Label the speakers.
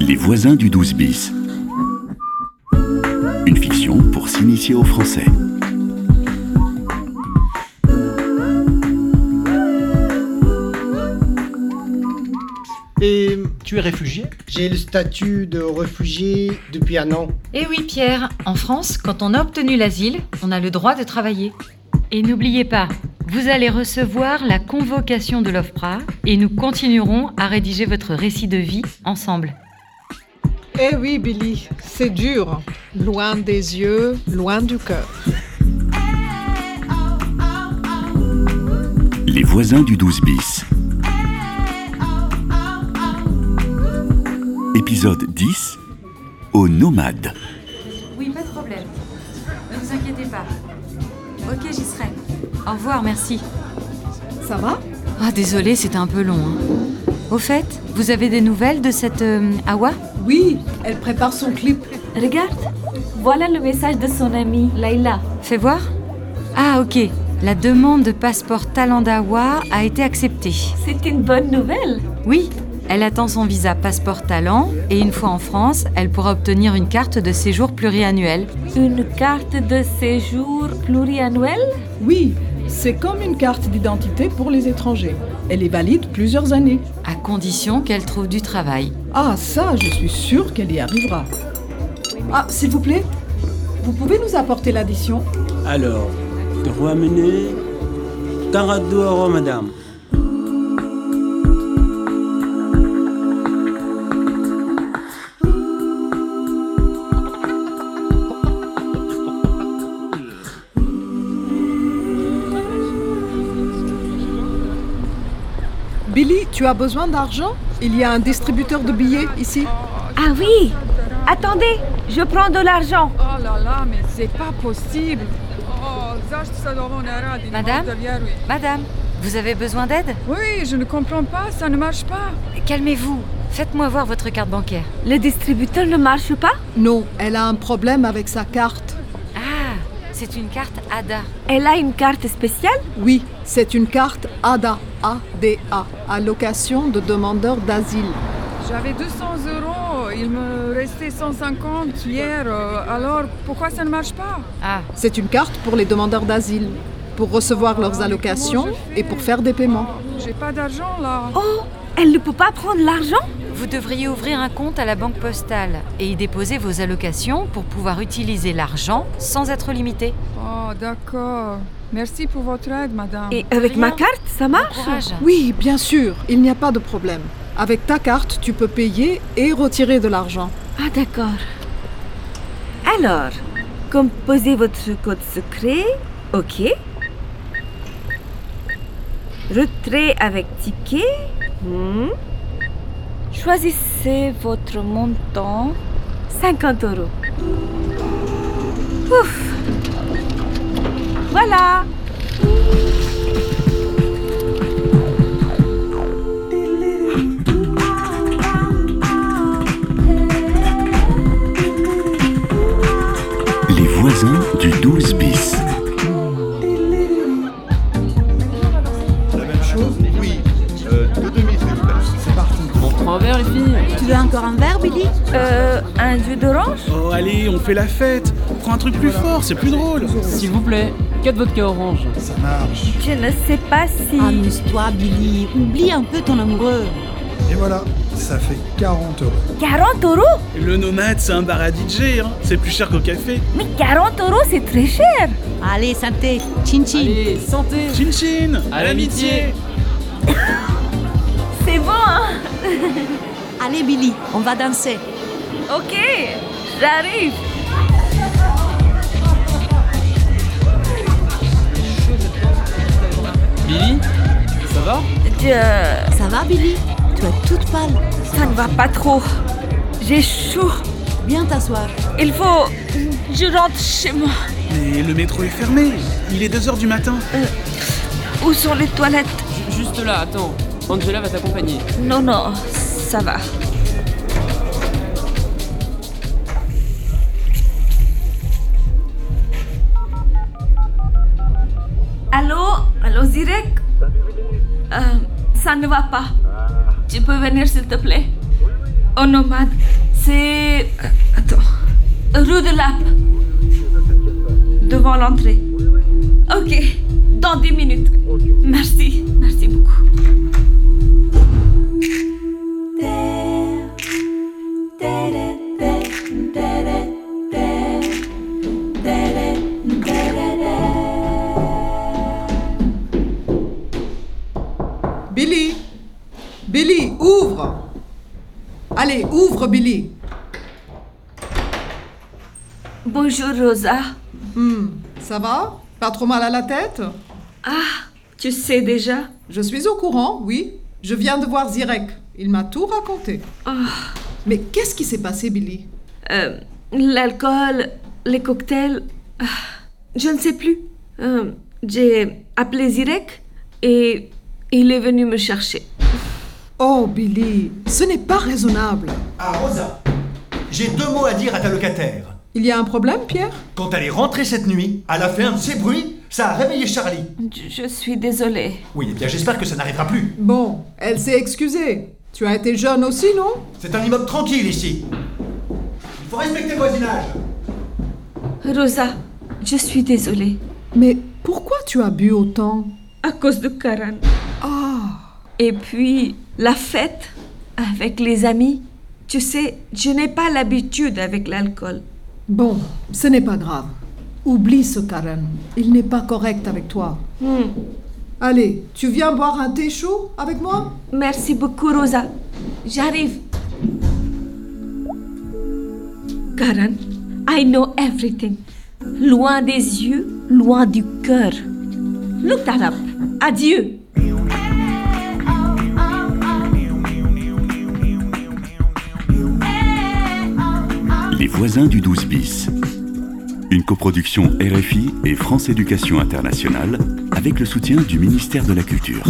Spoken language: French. Speaker 1: Les voisins du 12 bis. Une fiction pour s'initier au français.
Speaker 2: Et tu es réfugié
Speaker 3: J'ai le statut de réfugié depuis un an.
Speaker 4: Eh oui, Pierre, en France, quand on a obtenu l'asile, on a le droit de travailler. Et n'oubliez pas, vous allez recevoir la convocation de l'OFPRA et nous continuerons à rédiger votre récit de vie ensemble.
Speaker 5: Eh oui, Billy, c'est dur. Loin des yeux, loin du cœur.
Speaker 1: Les voisins du 12 bis. Épisode 10 Aux nomades.
Speaker 4: Oui, pas de problème. Ne vous inquiétez pas. Ok, j'y serai. Au revoir, merci.
Speaker 5: Ça va
Speaker 4: Ah, désolé, c'était un peu long. hein. Au fait, vous avez des nouvelles de cette euh, Awa
Speaker 5: Oui, elle prépare son clip.
Speaker 6: Regarde, voilà le message de son amie, Laila.
Speaker 4: Fais voir Ah, ok. La demande de passeport talent d'Awa a été acceptée.
Speaker 6: C'est une bonne nouvelle.
Speaker 4: Oui, elle attend son visa passeport talent et une fois en France, elle pourra obtenir une carte de séjour pluriannuelle.
Speaker 6: Une carte de séjour pluriannuel
Speaker 5: Oui, c'est comme une carte d'identité pour les étrangers. Elle est valide plusieurs années.
Speaker 4: À condition qu'elle trouve du travail.
Speaker 5: Ah, ça, je suis sûre qu'elle y arrivera. Ah, s'il vous plaît, vous pouvez nous apporter l'addition
Speaker 7: Alors, droit mené, tarado euro, madame.
Speaker 5: Billy, tu as besoin d'argent Il y a un distributeur de billets ici.
Speaker 6: Ah oui Attendez, je prends de l'argent.
Speaker 8: O la la, mais c'est pas possible. O, zašto sad ovo ne radi? Ne mogu
Speaker 4: Madame?
Speaker 8: da vjerujem.
Speaker 4: Madame, vous avez besoin d'aide
Speaker 8: Oui, je ne comprends pas, ça ne marche pas.
Speaker 4: Calmez-vous. Faites-moi voir votre carte bancaire.
Speaker 6: Le distributeur ne marche pas
Speaker 5: Non, elle a un problème avec sa carte.
Speaker 4: Ah, c'est une carte ADA.
Speaker 6: Elle a une carte spéciale
Speaker 5: Oui, c'est une carte ADA, ADA, allocation de demandeur d'asile.
Speaker 8: J'avais 200 euros, il me restait 150 hier, euh, alors pourquoi ça ne marche pas
Speaker 4: Ah,
Speaker 5: C'est une carte pour les demandeurs d'asile, pour recevoir leurs allocations et pour faire des paiements.
Speaker 8: Oh, J'ai pas d'argent là.
Speaker 6: Oh, elle ne peut pas prendre l'argent
Speaker 4: vous devriez ouvrir un compte à la banque postale et y déposer vos allocations pour pouvoir utiliser l'argent sans être limité.
Speaker 8: Oh, d'accord. Merci pour votre aide, madame.
Speaker 6: Et avec ma carte, ça marche
Speaker 4: Courage.
Speaker 5: Oui, bien sûr, il n'y a pas de problème. Avec ta carte, tu peux payer et retirer de l'argent.
Speaker 6: Ah d'accord. Alors, composez votre code secret. Ok. Retrait avec ticket. Hmm. Choisissez votre montant. 50 euros. Ouf. Voilà.
Speaker 1: Les voisins du 12 bis.
Speaker 6: Euh, un jus d'orange
Speaker 9: Oh allez, on fait la fête Prends un truc plus fort, c'est plus drôle
Speaker 10: S'il vous plaît, 4 vodka orange.
Speaker 6: Je ne sais pas si...
Speaker 11: Amuse-toi, Billy. Oublie un peu ton amoureux.
Speaker 6: 40 euros
Speaker 9: Le nomade, c'est un bar à DJ, hein. c'est plus cher qu'au café.
Speaker 6: Mais 40 euros, c'est très cher.
Speaker 11: Allez, santé. Chin chin.
Speaker 10: Allez, santé
Speaker 9: Chin chin
Speaker 10: À l'amitié.
Speaker 6: C'est bon, hein
Speaker 11: Allez, Billy, on va danser.
Speaker 6: Ok, j'arrive.
Speaker 10: Billy, ça va
Speaker 6: Je-
Speaker 11: Ça va, Billy Tu es toute pâle.
Speaker 6: Ça ne va pas trop. J'ai chaud.
Speaker 11: Viens t'asseoir.
Speaker 6: Il faut... Je rentre chez moi.
Speaker 9: Mais le métro est fermé, il est 2h du matin.
Speaker 6: Euh, Où sont les toilettes
Speaker 10: Ju- Juste là, attends. Angela va t'accompagner.
Speaker 6: Non, non, ça va. Allô Allô, Zirek Euh, Ça ne va pas. Tu peux venir, s'il te plaît Au nomade. C'est. Attends. Rue de Lappe. Devant l'entrée. Ok. Dans 10 minutes. Merci. Merci beaucoup.
Speaker 5: Billy Billy, ouvre Allez, ouvre, Billy
Speaker 6: Bonjour, Rosa.
Speaker 5: Hmm, ça va Pas trop mal à la tête
Speaker 6: Ah, tu sais déjà
Speaker 5: Je suis au courant, oui. Je viens de voir Zirek. Il m'a tout raconté. Mais qu'est-ce qui s'est passé, Billy
Speaker 6: Euh, L'alcool, les cocktails, ah, je ne sais plus. Euh, J'ai appelé Zirek et il est venu me chercher.
Speaker 5: Oh, Billy, ce n'est pas raisonnable.
Speaker 12: Ah, Rosa, j'ai deux mots à dire à ta locataire.
Speaker 5: Il y a un problème, Pierre
Speaker 12: Quand elle est rentrée cette nuit, elle a fait un de ces bruits, ça a réveillé Charlie.
Speaker 6: Je, je suis désolée.
Speaker 12: Oui, eh bien j'espère que ça n'arrivera plus.
Speaker 5: Bon, elle s'est excusée. Tu as été jeune aussi, non
Speaker 12: C'est un immeuble tranquille ici. Il faut respecter le voisinage.
Speaker 6: Rosa, je suis désolée.
Speaker 5: Mais pourquoi tu as bu autant
Speaker 6: À cause de Karan. Oh.
Speaker 5: Ah
Speaker 6: Et puis, la fête avec les amis. Tu sais, je n'ai pas l'habitude avec l'alcool.
Speaker 5: Bon, ce n'est pas grave. Oublie ce Karen. Il n'est pas correct avec toi.
Speaker 6: Hmm.
Speaker 5: Allez, tu viens boire un thé chaud avec moi
Speaker 6: Merci beaucoup, Rosa. J'arrive. Karen, I know everything. Loin des yeux, loin du cœur. Look that up. Adieu.
Speaker 1: Les voisins du 12 bis. Une coproduction RFI et France Éducation Internationale avec le soutien du ministère de la Culture.